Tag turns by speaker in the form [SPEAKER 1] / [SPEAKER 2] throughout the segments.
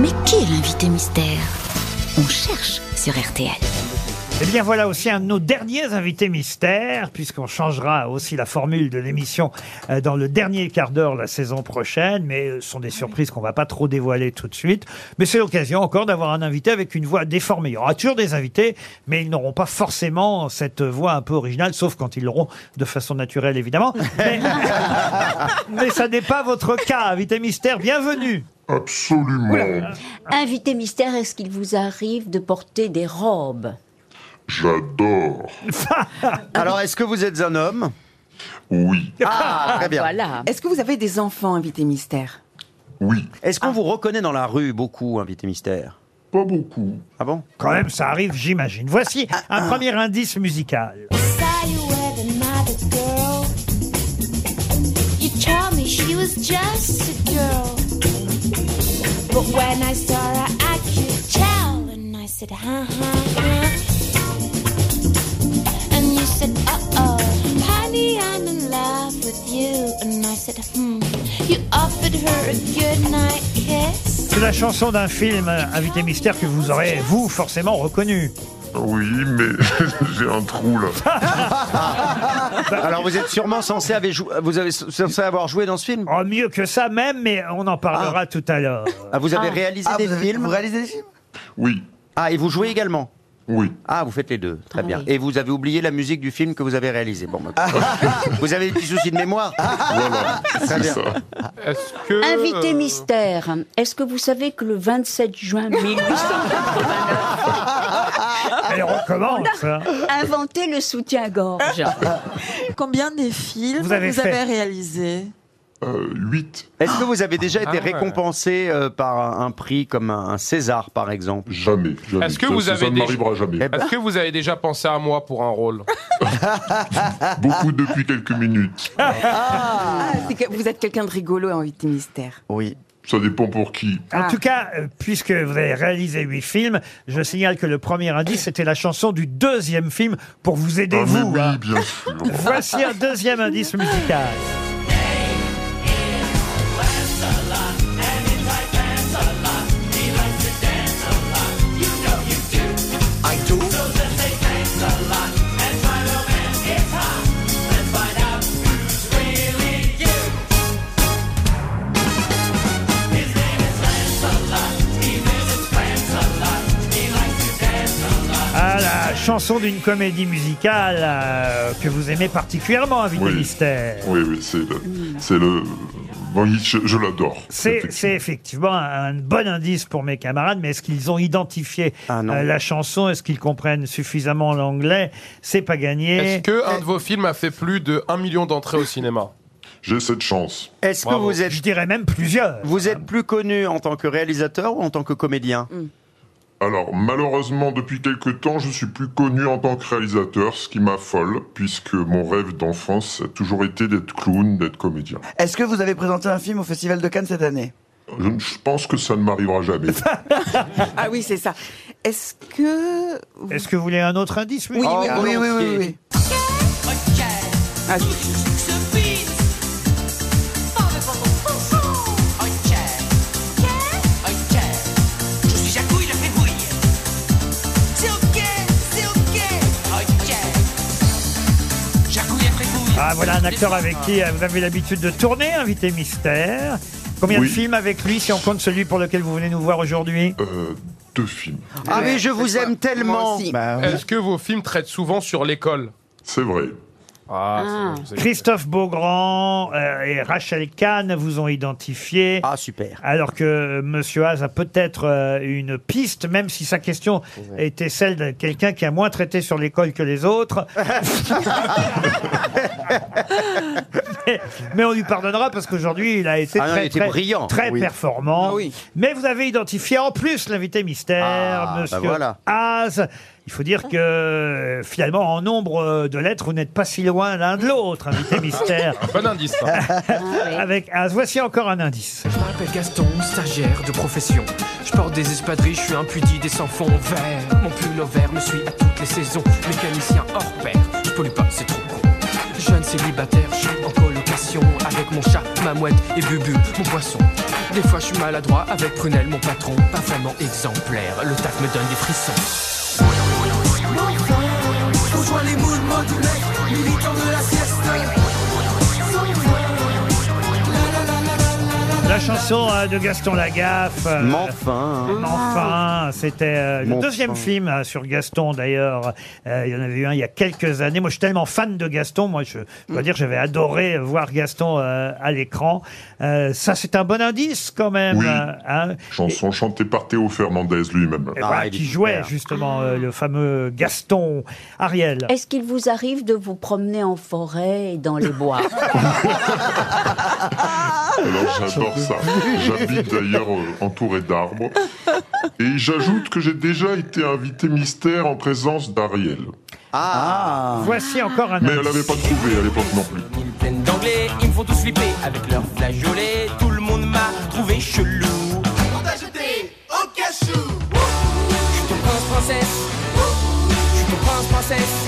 [SPEAKER 1] Mais qui est l'invité mystère On cherche sur RTL.
[SPEAKER 2] Eh bien voilà aussi un de nos derniers invités mystères, puisqu'on changera aussi la formule de l'émission euh, dans le dernier quart d'heure la saison prochaine, mais euh, ce sont des surprises qu'on va pas trop dévoiler tout de suite. Mais c'est l'occasion encore d'avoir un invité avec une voix déformée. Il y aura toujours des invités, mais ils n'auront pas forcément cette voix un peu originale, sauf quand ils l'auront de façon naturelle évidemment. Mais, mais ça n'est pas votre cas, invité mystère, bienvenue
[SPEAKER 3] Absolument.
[SPEAKER 4] Invité mystère, est-ce qu'il vous arrive de porter des robes
[SPEAKER 3] J'adore.
[SPEAKER 5] Alors, est-ce que vous êtes un homme
[SPEAKER 3] Oui.
[SPEAKER 5] Ah, très bien.
[SPEAKER 4] Voilà.
[SPEAKER 6] Est-ce que vous avez des enfants invités mystère
[SPEAKER 3] Oui.
[SPEAKER 5] Est-ce qu'on vous reconnaît dans la rue beaucoup, invité mystère
[SPEAKER 3] Pas beaucoup.
[SPEAKER 5] Ah bon
[SPEAKER 2] Quand même, ça arrive, j'imagine. Voici un premier indice musical.
[SPEAKER 7] saw you with another girl. You told me she was just a girl. But when I saw her, I could tell. And I said, "Uh, ha ha ha. And you said, uh oh, honey, I'm in love with you. And I said, hmm. You offered her a good night kiss.
[SPEAKER 2] C'est la chanson d'un film, euh, Invité Mystère, que vous aurez, vous, forcément reconnu.
[SPEAKER 3] Oui, mais j'ai un trou là.
[SPEAKER 5] Alors, vous êtes sûrement censé, avoir jou- vous avez censé avoir joué dans ce film
[SPEAKER 2] Oh, mieux que ça même, mais on en parlera tout à l'heure.
[SPEAKER 5] Ah, Vous avez réalisé des films
[SPEAKER 6] réalisez des films
[SPEAKER 3] Oui.
[SPEAKER 5] Ah, et vous jouez également
[SPEAKER 3] Oui.
[SPEAKER 5] Ah, vous faites les deux. Très
[SPEAKER 4] Ah
[SPEAKER 5] bien.
[SPEAKER 4] oui.
[SPEAKER 5] Et vous avez oublié la musique du film que vous avez réalisé. Bon, bah, vous avez des petits soucis de mémoire
[SPEAKER 3] Voilà. C'est
[SPEAKER 5] bien.
[SPEAKER 3] ça.
[SPEAKER 8] Est-ce que.
[SPEAKER 4] Invité mystère, est-ce que vous savez que le 27 juin 1889
[SPEAKER 2] Elle recommence. hein.
[SPEAKER 4] inventait le soutien-gorge
[SPEAKER 6] Combien des films
[SPEAKER 2] Vous avez fait.
[SPEAKER 6] réalisés
[SPEAKER 3] Euh, 8.
[SPEAKER 5] Est-ce que vous avez déjà été
[SPEAKER 8] Ah ouais.
[SPEAKER 5] récompensé euh, par un, un prix comme un, un César, par exemple
[SPEAKER 3] Jamais. jamais.
[SPEAKER 8] Est-ce que
[SPEAKER 3] Ça-
[SPEAKER 8] vous
[SPEAKER 3] ça,
[SPEAKER 8] avez
[SPEAKER 3] Ça ne
[SPEAKER 8] des-
[SPEAKER 3] m'arrivera jamais.
[SPEAKER 5] Eh ben,
[SPEAKER 8] Est-ce que vous avez déjà pensé à moi pour un rôle
[SPEAKER 2] ben.
[SPEAKER 3] Beaucoup depuis quelques minutes.
[SPEAKER 6] Ah, c'est que Vous êtes quelqu'un de rigolo invité mystère.
[SPEAKER 5] Oui.
[SPEAKER 3] Ça dépend pour qui.
[SPEAKER 2] En
[SPEAKER 6] Ah.
[SPEAKER 2] tout cas, euh, puisque vous avez réalisé huit films, je signale que le premier indice, c'était la chanson du deuxième film, pour vous aider,
[SPEAKER 3] Ah, mais
[SPEAKER 2] vous. hein.
[SPEAKER 3] oui, bien sûr.
[SPEAKER 2] Voici un deuxième indice musical. Ah, la chanson d'une comédie musicale euh, que vous aimez particulièrement, Invité
[SPEAKER 3] Oui.
[SPEAKER 2] Mystère.
[SPEAKER 3] Oui, oui, c'est le. C'est le. Bon, je, je l'adore.
[SPEAKER 2] C'est c'est effectivement un bon indice pour mes camarades, mais est-ce qu'ils ont identifié
[SPEAKER 5] Ah, non.
[SPEAKER 2] euh, la chanson Est-ce qu'ils comprennent suffisamment l'anglais C'est pas
[SPEAKER 8] Est-ce
[SPEAKER 2] gagné.
[SPEAKER 8] que un de vos films a fait plus de 1 million d'entrées au cinéma
[SPEAKER 3] J'ai cette chance.
[SPEAKER 5] Est-ce que
[SPEAKER 8] Bravo.
[SPEAKER 5] vous êtes
[SPEAKER 2] Je dirais même plusieurs.
[SPEAKER 5] Vous êtes plus connu en tant que réalisateur ou en tant que comédien
[SPEAKER 6] Mm.
[SPEAKER 3] Alors, malheureusement, depuis quelques temps, je suis plus connu en tant que réalisateur, ce qui m'affole, puisque mon rêve d'enfance a toujours été d'être clown, d'être comédien.
[SPEAKER 9] Est-ce que vous avez présenté un film au Festival de Cannes cette année
[SPEAKER 3] Je, je pense que ça ne m'arrivera jamais.
[SPEAKER 6] Ah oui, c'est ça. Est-ce que... vous-
[SPEAKER 2] Est-ce que vous voulez un autre indice
[SPEAKER 6] Oui,
[SPEAKER 5] Oh,
[SPEAKER 6] oui, oui, oui, oui, oui. Ah,
[SPEAKER 2] Ah, voilà un acteur avec qui euh, vous avez l'habitude de tourner, Invité Mystère. Combien
[SPEAKER 3] Oui.
[SPEAKER 2] de films avec lui, si on compte celui pour lequel vous venez nous voir aujourd'hui
[SPEAKER 3] Euh, deux films.
[SPEAKER 5] Ah
[SPEAKER 6] Ouais,
[SPEAKER 5] mais je vous
[SPEAKER 6] c'est
[SPEAKER 5] aime
[SPEAKER 6] ça. Moi
[SPEAKER 5] tellement
[SPEAKER 6] aussi.
[SPEAKER 10] Ah
[SPEAKER 5] Bah, oui.
[SPEAKER 8] Est-ce que vos films traitent souvent sur l'école
[SPEAKER 3] C'est vrai.
[SPEAKER 8] Ah, c'est- c'est-
[SPEAKER 2] Christophe Beaugrand euh, et Rachel Kahn vous ont identifié.
[SPEAKER 5] Ah super
[SPEAKER 2] Alors que Monsieur Haas a peut-être euh, une piste, même si sa question était celle de quelqu'un qui a moins traité sur l'école que les autres. mais, mais on lui pardonnera parce qu'aujourd'hui, il a été
[SPEAKER 5] Ah non,
[SPEAKER 2] très,
[SPEAKER 5] il était
[SPEAKER 2] très-
[SPEAKER 5] brillant.
[SPEAKER 2] très
[SPEAKER 5] Oui.
[SPEAKER 2] performant.
[SPEAKER 6] Ah oui.
[SPEAKER 2] Mais vous avez identifié en plus l'invité mystère,
[SPEAKER 5] Ah, bah
[SPEAKER 2] Monsieur
[SPEAKER 5] voilà.
[SPEAKER 2] Haas. Il faut dire que euh, finalement, en nombre euh, de lettres, vous n'êtes pas si loin l'un de l'autre, invité mystère.
[SPEAKER 11] Ah
[SPEAKER 8] Bon indice. ça.
[SPEAKER 2] Avec Haas, voici encore un indice.
[SPEAKER 10] Je m'appelle Gaston, stagiaire de profession. Je porte des espadrilles, je suis impudide et sans fond vert. Mon pull au vert me suit à toutes les saisons. Mécanicien hors pair, je pollue pas, c'est trop con. Jeune célibataire, je suis en colocation. vacation Avec mon chat, ma mouette et Bubu, mon poisson Des fois je suis maladroit avec Prunelle, mon patron Pas vraiment exemplaire, le taf me donne des frissons
[SPEAKER 7] Rejoins les mouvements du mec, militant de la sieste.
[SPEAKER 2] La chanson euh, de Gaston Lagaffe. euh,
[SPEAKER 5] M'enfin.
[SPEAKER 2] M'enfin. C'était euh, le
[SPEAKER 5] M'enfin.
[SPEAKER 2] deuxième film euh, sur Gaston d'ailleurs. Euh, il y en avait eu un il y a quelques années. Moi, je suis tellement fan de Gaston. Moi, je, je dois dire, j'avais adoré voir Gaston euh, à l'écran. Euh, ça, c'est un bon indice quand même.
[SPEAKER 3] Oui. Ah,
[SPEAKER 2] euh, hein.
[SPEAKER 3] Chanson chantée par Théo Fernandez lui-même.
[SPEAKER 2] Et voilà, qui jouait justement euh, le fameux Gaston Ariel.
[SPEAKER 4] Est-ce qu'il vous arrive de vous promener en forêt et dans les bois
[SPEAKER 3] Alors j'adore ça. J'habite d'ailleurs euh, entouré d'arbres. Et j'ajoute que j'ai déjà été invité mystère en présence d'Ariel.
[SPEAKER 5] Ah
[SPEAKER 2] Voici encore un
[SPEAKER 3] Mais elle
[SPEAKER 2] indice.
[SPEAKER 3] n'avait pas trouvé à l'époque non plus.
[SPEAKER 10] Ils me plaignent d'anglais, ils me font tous flipper avec leurs flageolets. Tout le monde m'a trouvé chelou.
[SPEAKER 7] On t'a jeté au cachou.
[SPEAKER 10] Je suis ton prince princesse. Je suis ton prince princesse.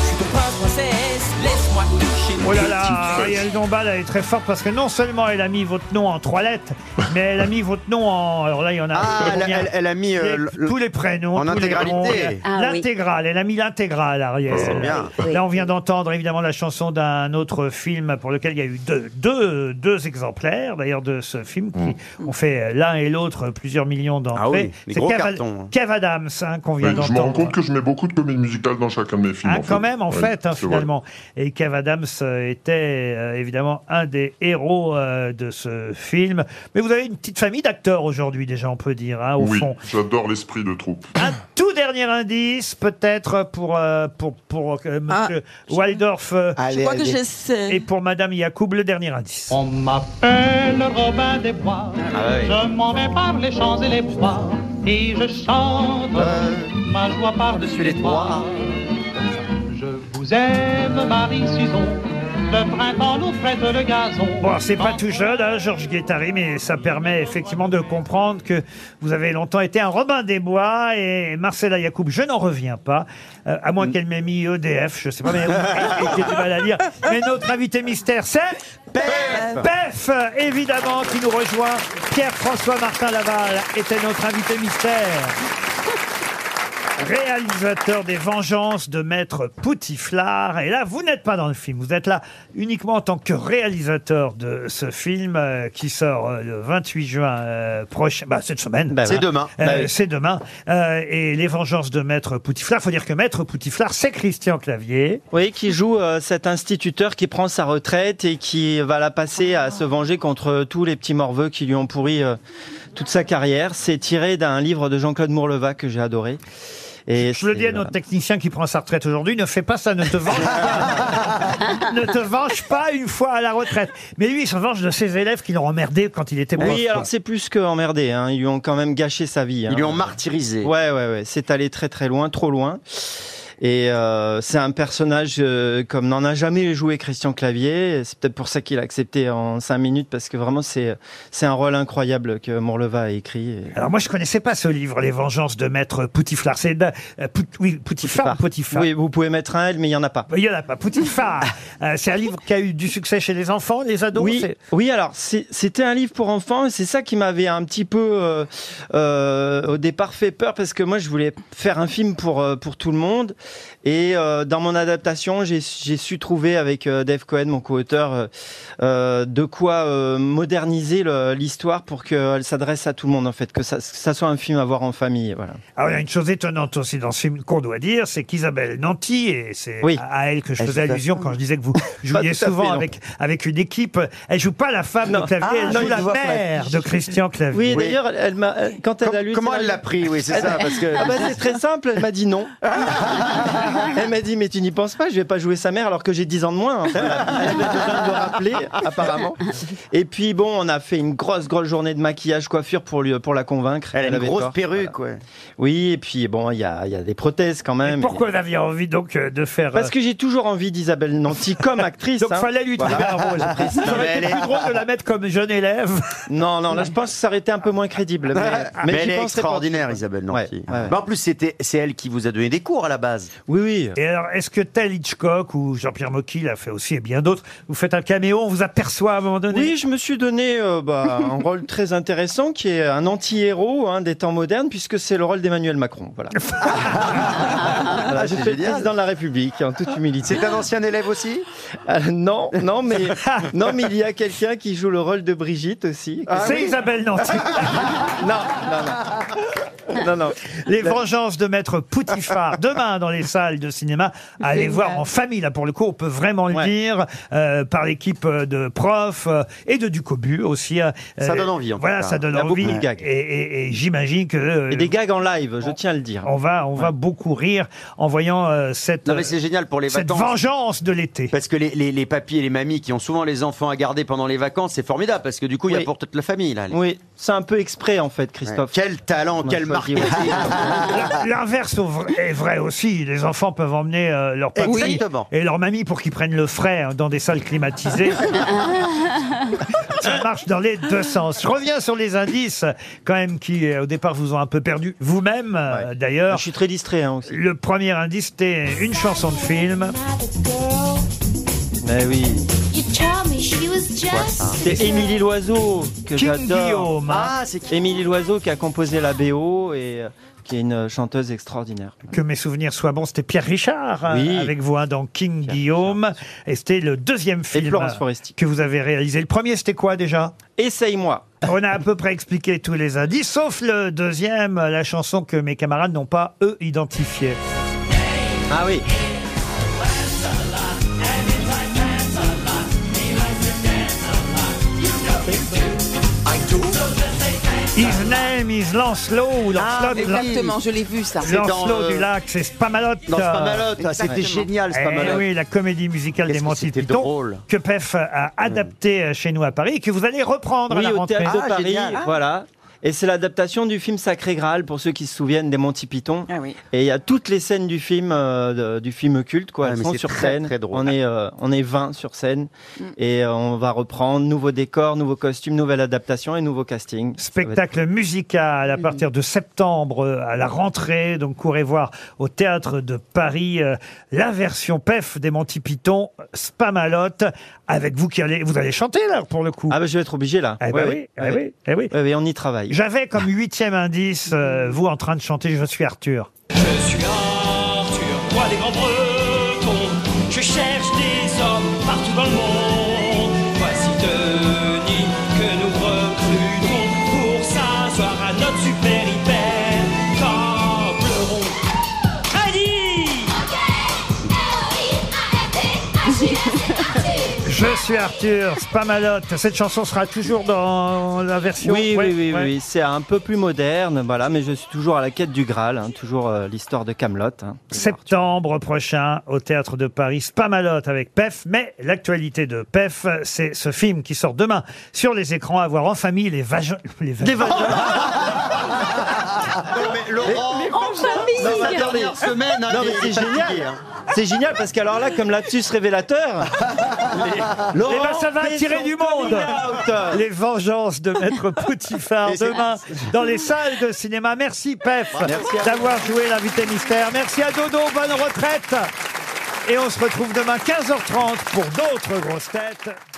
[SPEAKER 10] Je suis ton prince princesse. Laisse-moi toucher.
[SPEAKER 2] Oh là
[SPEAKER 3] Petite
[SPEAKER 2] là,
[SPEAKER 3] fesse.
[SPEAKER 2] Ariel Dombal, elle est très forte parce que non seulement elle a mis votre nom en trois lettres, mais elle a mis votre nom en. Alors là, il y en a.
[SPEAKER 5] Ah, elle,
[SPEAKER 2] combien
[SPEAKER 5] elle- elle a mis. euh,
[SPEAKER 2] Les-
[SPEAKER 5] le-
[SPEAKER 2] tous les prénoms.
[SPEAKER 5] en
[SPEAKER 2] tous les
[SPEAKER 5] intégralité.
[SPEAKER 2] noms, la-
[SPEAKER 4] Ah oui.
[SPEAKER 2] L'intégrale, elle a mis l'intégrale, Ariel.
[SPEAKER 5] C'est bien.
[SPEAKER 4] Oui.
[SPEAKER 2] Là, on vient d'entendre évidemment la chanson d'un autre film pour lequel il y a eu deux, deux, deux exemplaires, d'ailleurs, de ce film qui
[SPEAKER 4] Mm.
[SPEAKER 2] ont fait l'un et l'autre plusieurs millions
[SPEAKER 5] Ah
[SPEAKER 2] d'entrées.
[SPEAKER 5] oui, des
[SPEAKER 2] C'est
[SPEAKER 5] gros
[SPEAKER 2] Kev-
[SPEAKER 5] cartons, hein.
[SPEAKER 2] Kev Adams hein, qu'on vient
[SPEAKER 3] Mais je me rends
[SPEAKER 2] d'entendre.
[SPEAKER 3] compte que je mets beaucoup de comédies musicales dans chacun de mes films.
[SPEAKER 2] Hein, quand même, en
[SPEAKER 3] Ouais,
[SPEAKER 2] fait, hein,
[SPEAKER 3] c'est vrai.
[SPEAKER 2] finalement. Et Kev Adams euh, était euh, évidemment un des héros euh, de ce film. Mais vous avez une petite famille d'acteurs aujourd'hui, déjà, on peut dire, hein, au
[SPEAKER 3] Oui,
[SPEAKER 2] fond.
[SPEAKER 3] j'adore l'esprit de troupe.
[SPEAKER 2] Un tout dernier indice, peut-être, pour, euh, pour, pour euh, monsieur Waldorf euh,
[SPEAKER 9] Allez, allez.
[SPEAKER 2] et pour Madame Yacoub, le dernier indice.
[SPEAKER 10] On m'appelle
[SPEAKER 12] Appelle Euh, Robin des Bois,
[SPEAKER 5] Ah oui.
[SPEAKER 12] je m'en vais par les champs et les bois, et je chante ma joie par-dessus les toits. Je vous aime, Marie Suson, le printemps nous prête le gazon.
[SPEAKER 2] Bon, alors, c'est pas tout jeune, hein, Georges Guettari, mais ça permet effectivement de comprendre que vous avez longtemps été un Robin des Bois et Marcella Yacoub, je n'en reviens pas, euh, à moins qu'elle m'ait mis EDF, je sais pas, mais j'ai du mal à lire. Mais notre invité mystère, c'est PEF, PEF, évidemment, qui nous rejoint. Pierre-François Martin Laval était notre invité mystère. Réalisateur des vengeances de Maître Poutiflard. Et là, vous n'êtes pas dans le film. Vous êtes là uniquement en tant que réalisateur de ce film euh, qui sort euh, le 28 juin euh, prochain. Bah, cette semaine.
[SPEAKER 5] C'est demain.
[SPEAKER 2] Euh,
[SPEAKER 5] Bah oui.
[SPEAKER 2] C'est demain. Euh, et les vengeances de Maître Poutiflard. Faut dire que Maître Poutiflard, c'est Christian Clavier.
[SPEAKER 11] Oui, qui joue euh, cet instituteur qui prend sa retraite et qui va la passer à se venger contre tous les petits morveux qui lui ont pourri euh, toute sa carrière. C'est tiré d'un livre de Jean-Claude Mourleva que j'ai adoré. Et
[SPEAKER 2] Je le
[SPEAKER 11] c'est,
[SPEAKER 2] dis à
[SPEAKER 11] euh,
[SPEAKER 2] notre technicien qui prend sa retraite aujourd'hui, ne fais pas ça, ne te venge pas. ne te venge pas une fois à la retraite. Mais lui, il se venge de ses élèves qui l'ont emmerdé quand il était prof.
[SPEAKER 11] Oui, alors c'est plus que emmerdé. Hein. Ils lui ont quand même gâché sa vie. hein.
[SPEAKER 5] Ils lui ont martyrisé.
[SPEAKER 11] Ouais, ouais, ouais. C'est allé très très loin, trop loin. Et euh, c'est un personnage euh, comme n'en a jamais joué Christian Clavier. C'est peut-être pour ça qu'il a accepté en cinq minutes parce que vraiment c'est c'est un rôle incroyable que Morleva a écrit. Et-
[SPEAKER 2] Alors moi je connaissais pas ce livre, Les Vengeances de Maître Poutiflard. C'est de- euh, Pout- oui, Poutiflard, Poutiflard.
[SPEAKER 11] Oui, vous pouvez mettre un L, mais il y en a pas.
[SPEAKER 2] Il y en a pas. Poutiflard. Euh, c'est un livre qui a eu du succès chez les enfants, les ados.
[SPEAKER 11] oui,
[SPEAKER 2] c'est-
[SPEAKER 11] oui, alors c'est- c'était un livre pour enfants et c'est ça qui m'avait un petit peu euh, euh, au départ fait peur parce que moi je voulais faire un film pour euh, pour tout le monde et euh, dans mon adaptation j'ai j'ai su trouver avec euh, Dave Cohen mon co-auteur euh, euh, de quoi euh, moderniser le- l'histoire pour qu'elle s'adresse à tout le monde en fait que ça, que ça soit un film à voir en famille voilà.
[SPEAKER 2] Alors Ah, il y a une chose étonnante aussi dans ce film qu'on doit dire, c'est qu'Isabelle Nanty, et c'est
[SPEAKER 11] Oui.
[SPEAKER 2] à à elle que je
[SPEAKER 11] Elle
[SPEAKER 2] faisais
[SPEAKER 11] joue pas-
[SPEAKER 2] allusion quand je disais que vous
[SPEAKER 11] tout
[SPEAKER 2] jouiez
[SPEAKER 11] à
[SPEAKER 2] souvent
[SPEAKER 11] fait, non.
[SPEAKER 2] avec, avec une équipe, elle joue pas la femme de Clavier,
[SPEAKER 9] Ah,
[SPEAKER 2] elle
[SPEAKER 9] non,
[SPEAKER 2] joue
[SPEAKER 9] il
[SPEAKER 2] la
[SPEAKER 9] doit pas-
[SPEAKER 2] mère de Christian Clavier.
[SPEAKER 11] Oui, d'ailleurs elle, elle m'a euh, quand elle a lu
[SPEAKER 5] Comment
[SPEAKER 11] ça,
[SPEAKER 5] elle l'a pris Oui, c'est ça, parce que.
[SPEAKER 11] Ah bah c'est très simple, elle m'a dit non. elle m'a dit mais tu n'y penses pas, je vais pas jouer sa mère alors que j'ai 10 ans de moins. Enfin, elle avait besoin de le rappeler apparemment. Et puis bon, on a fait une grosse grosse journée de maquillage coiffure pour lui pour la convaincre.
[SPEAKER 5] Elle a une
[SPEAKER 11] avait
[SPEAKER 5] grosse
[SPEAKER 11] tort.
[SPEAKER 5] perruque, ouais.
[SPEAKER 11] Oui, et puis bon, il y a, il y a des prothèses quand
[SPEAKER 2] Et
[SPEAKER 11] même.
[SPEAKER 2] pourquoi vous aviez envie donc euh, de faire...
[SPEAKER 11] Parce
[SPEAKER 2] euh,
[SPEAKER 11] que j'ai toujours envie d'Isabelle Nanty comme actrice.
[SPEAKER 2] donc
[SPEAKER 11] hein.
[SPEAKER 2] fallait lui trouver un rôle. Ça
[SPEAKER 5] mais
[SPEAKER 2] aurait
[SPEAKER 5] elle
[SPEAKER 2] été
[SPEAKER 5] est-
[SPEAKER 2] plus drôle de la mettre comme jeune élève.
[SPEAKER 11] Non, non, là je pense que ça aurait été un peu moins crédible. Mais,
[SPEAKER 5] Mais,
[SPEAKER 11] j'y
[SPEAKER 5] elle est
[SPEAKER 11] penserai pas.
[SPEAKER 5] extraordinaire, Isabelle Nanty.
[SPEAKER 11] Ouais, ouais, ouais.
[SPEAKER 5] Bah, en plus, c'était, c'est elle qui vous a donné des cours à la base. base.
[SPEAKER 11] Oui, oui.
[SPEAKER 2] Et alors, est-ce que tel Hitchcock ou Jean-Pierre Mocky l'a fait aussi et bien d'autres, vous faites un caméo, on vous aperçoit à un moment donné
[SPEAKER 11] Oui, je me suis donné euh, bah, un rôle très intéressant qui est un anti-héros hein, des temps modernes puisque c'est le rôle d'Emmanuel Macron. Voilà. Voilà, j'ai
[SPEAKER 5] Ah, c'est
[SPEAKER 11] fait
[SPEAKER 5] génial.
[SPEAKER 11] président de la République en toute humilité.
[SPEAKER 5] C'est un ancien élève aussi Ah.
[SPEAKER 11] Euh, non, non, mais non, mais il y a quelqu'un qui joue le rôle de Brigitte aussi.
[SPEAKER 2] Ah C'est oui Isabelle Nanty.
[SPEAKER 11] non, non, non, non, non.
[SPEAKER 2] Les vengeances de Maître Poutifard, demain dans les salles de cinéma. Allez
[SPEAKER 11] Génial.
[SPEAKER 2] voir en famille, là pour le coup, on peut vraiment le dire, euh, par l'équipe euh, de profs euh, et de Ducobu aussi. euh,
[SPEAKER 11] Ça
[SPEAKER 2] euh,
[SPEAKER 11] donne envie, en
[SPEAKER 2] Voilà,
[SPEAKER 11] tout cas.
[SPEAKER 2] ça donne
[SPEAKER 11] Il y a beaucoup
[SPEAKER 2] envie.
[SPEAKER 11] de gags.
[SPEAKER 2] Et, et- et j'imagine que. euh,
[SPEAKER 11] Et des gags en live, je tiens à le dire.
[SPEAKER 2] On va, on va beaucoup rire en voyant euh, cette.
[SPEAKER 5] Non mais c'est génial pour les
[SPEAKER 2] cette
[SPEAKER 5] vacances.
[SPEAKER 2] vengeance de l'été.
[SPEAKER 5] Parce que les, les, les papis et les mamies qui ont souvent les enfants à garder pendant les vacances, c'est formidable parce que du coup il y
[SPEAKER 11] Oui.
[SPEAKER 5] a pour toute la famille là. les-
[SPEAKER 11] Oui, c'est un peu exprès en fait, Christophe.
[SPEAKER 5] Quel talent,
[SPEAKER 11] On a
[SPEAKER 5] quel
[SPEAKER 11] choisi
[SPEAKER 5] marketing.
[SPEAKER 11] aussi.
[SPEAKER 2] L'in- L'inverse au vrai- est vrai aussi. Les enfants peuvent emmener euh, leur papy
[SPEAKER 5] Exactement.
[SPEAKER 2] et leur mamie pour qu'ils prennent le frais hein, dans des salles climatisées. Ça marche dans les deux sens. Je reviens sur les indices, quand même, qui euh, au départ vous ont un peu perdu, vous-même euh, d'ailleurs.
[SPEAKER 11] Je suis très distrait hein, aussi.
[SPEAKER 2] Le premier indice, c'était une chanson de film.
[SPEAKER 11] Mais oui.
[SPEAKER 7] You told me she was just
[SPEAKER 11] C'est Émilie Loiseau que
[SPEAKER 2] King
[SPEAKER 11] j'adore.
[SPEAKER 2] Guillaume, hein.
[SPEAKER 11] Ah, c'est Émilie Loiseau qui a composé la BO et euh, qui est une chanteuse extraordinaire.
[SPEAKER 2] Que mes souvenirs soient bons, c'était Pierre Richard hein,
[SPEAKER 11] Oui.
[SPEAKER 2] avec vous hein, dans King Guillaume. Et c'était le deuxième film
[SPEAKER 11] Florence
[SPEAKER 2] euh,
[SPEAKER 11] Foresti.
[SPEAKER 2] que vous avez réalisé. Le premier, c'était quoi déjà
[SPEAKER 11] Essaye-moi.
[SPEAKER 2] On a à peu près expliqué tous les indices, sauf le deuxième, la chanson que mes camarades n'ont pas, eux, identifiée.
[SPEAKER 11] Ah oui.
[SPEAKER 2] His name is Lancelot ou
[SPEAKER 6] Ah,
[SPEAKER 2] Lancelot,
[SPEAKER 6] exactement, je l'ai vu ça.
[SPEAKER 5] C'est dans,
[SPEAKER 2] Lancelot
[SPEAKER 5] euh,
[SPEAKER 2] du lac, c'est Spamalot.
[SPEAKER 5] Dans Spamalot, ah,
[SPEAKER 6] Exactement.
[SPEAKER 5] c'était génial
[SPEAKER 2] Eh
[SPEAKER 5] Spamalot.
[SPEAKER 2] oui, la comédie musicale des
[SPEAKER 5] Qu'est-ce que
[SPEAKER 2] Monty
[SPEAKER 5] c'était
[SPEAKER 2] Python
[SPEAKER 5] drôle. Hmm.
[SPEAKER 2] que PEF a adapté chez nous à Paris et que vous allez reprendre
[SPEAKER 11] Oui,
[SPEAKER 2] à la
[SPEAKER 11] au
[SPEAKER 2] rentrée.
[SPEAKER 11] théâtre de
[SPEAKER 5] Ah,
[SPEAKER 11] Paris.
[SPEAKER 5] génial.
[SPEAKER 11] Voilà. Et c'est l'adaptation du film Sacré Graal pour ceux qui se souviennent des Monty Python.
[SPEAKER 6] Ah oui.
[SPEAKER 11] Et il y a toutes les scènes du film, euh, de- du film culte, quoi.
[SPEAKER 5] Ouais,
[SPEAKER 11] Elles
[SPEAKER 5] Ah, mais
[SPEAKER 11] sont
[SPEAKER 5] c'est
[SPEAKER 11] sur
[SPEAKER 5] très,
[SPEAKER 11] scène.
[SPEAKER 5] très drôle.
[SPEAKER 11] On est, euh, on est 20 sur scène.
[SPEAKER 5] Mm.
[SPEAKER 11] Et euh, on va reprendre nouveaux décors, nouveaux costumes, nouvelle adaptation et nouveau casting. Ça va être-
[SPEAKER 2] Spectacle musical à partir de septembre euh, à la rentrée. Donc courez voir au théâtre de Paris euh, la version PEF des Monty Python, Spamalot, avec vous qui allez, vous allez chanter là pour le coup.
[SPEAKER 11] Ah, bah, je vais être obligé, là.
[SPEAKER 2] Eh
[SPEAKER 11] Ouais,
[SPEAKER 2] ben oui,
[SPEAKER 11] ouais.
[SPEAKER 2] eh
[SPEAKER 11] Ouais.
[SPEAKER 2] oui, eh oui.
[SPEAKER 11] Ouais, ouais, on y travaille.
[SPEAKER 2] J'avais comme huitième indice, euh, vous en train de chanter Je suis Arthur.
[SPEAKER 10] Je suis Arthur, roi des grands bretons. Je cherche des hommes partout dans le monde. Voici Denis que nous recrutons pour s'asseoir à notre super hyper table ronde. Heidi
[SPEAKER 2] Je suis Arthur, Spamalot. Cette chanson sera toujours dans la version.
[SPEAKER 11] Oui,
[SPEAKER 2] Ouais,
[SPEAKER 11] oui, oui,
[SPEAKER 2] ouais.
[SPEAKER 11] oui, c'est un peu plus moderne, voilà, mais je suis toujours à la quête du Graal, hein, toujours euh, l'histoire de Camelot. hein.
[SPEAKER 2] Septembre prochain au théâtre de Paris, Spamalot avec PEF. Mais l'actualité de PEF, c'est ce film qui sort demain sur les écrans à voir en famille les vagins. Les vagins.
[SPEAKER 5] Dans la dernière semaine, hein,
[SPEAKER 11] Non,
[SPEAKER 5] il
[SPEAKER 11] mais
[SPEAKER 5] est
[SPEAKER 11] c'est
[SPEAKER 5] fatigué,
[SPEAKER 11] génial.
[SPEAKER 5] hein.
[SPEAKER 11] C'est génial parce qu'alors là, comme lapsus révélateur, Laurent
[SPEAKER 2] Eh ben, ça va
[SPEAKER 11] fait
[SPEAKER 2] attirer
[SPEAKER 11] son
[SPEAKER 2] du monde.
[SPEAKER 11] coming out.
[SPEAKER 2] Les vengeances de Maître Poutifard demain dans les salles de cinéma. Bah, Merci Pef d'avoir joué l'invité mystère. Merci à Dodo, bonne retraite. Et on se retrouve demain 15h30 pour d'autres grosses têtes.